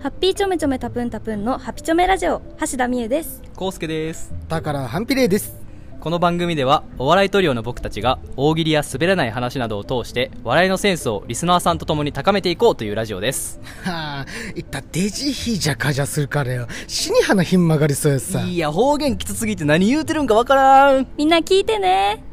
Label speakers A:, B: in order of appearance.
A: ハッピーちょめちょめたぷんたぷんのハピちょめラジオ橋田美優です
B: コウスケです
C: だから反比例です
B: この番組ではお笑いトリオの僕たちが大喜利や滑らない話などを通して笑いのセンスをリスナーさんと共に高めていこうというラジオです
C: はあいったデジヒジャカジャするからよ死に花ひん曲がりそうやさ
B: いや方言きつすぎて何言うてるんかわからん
A: みんな聞いてね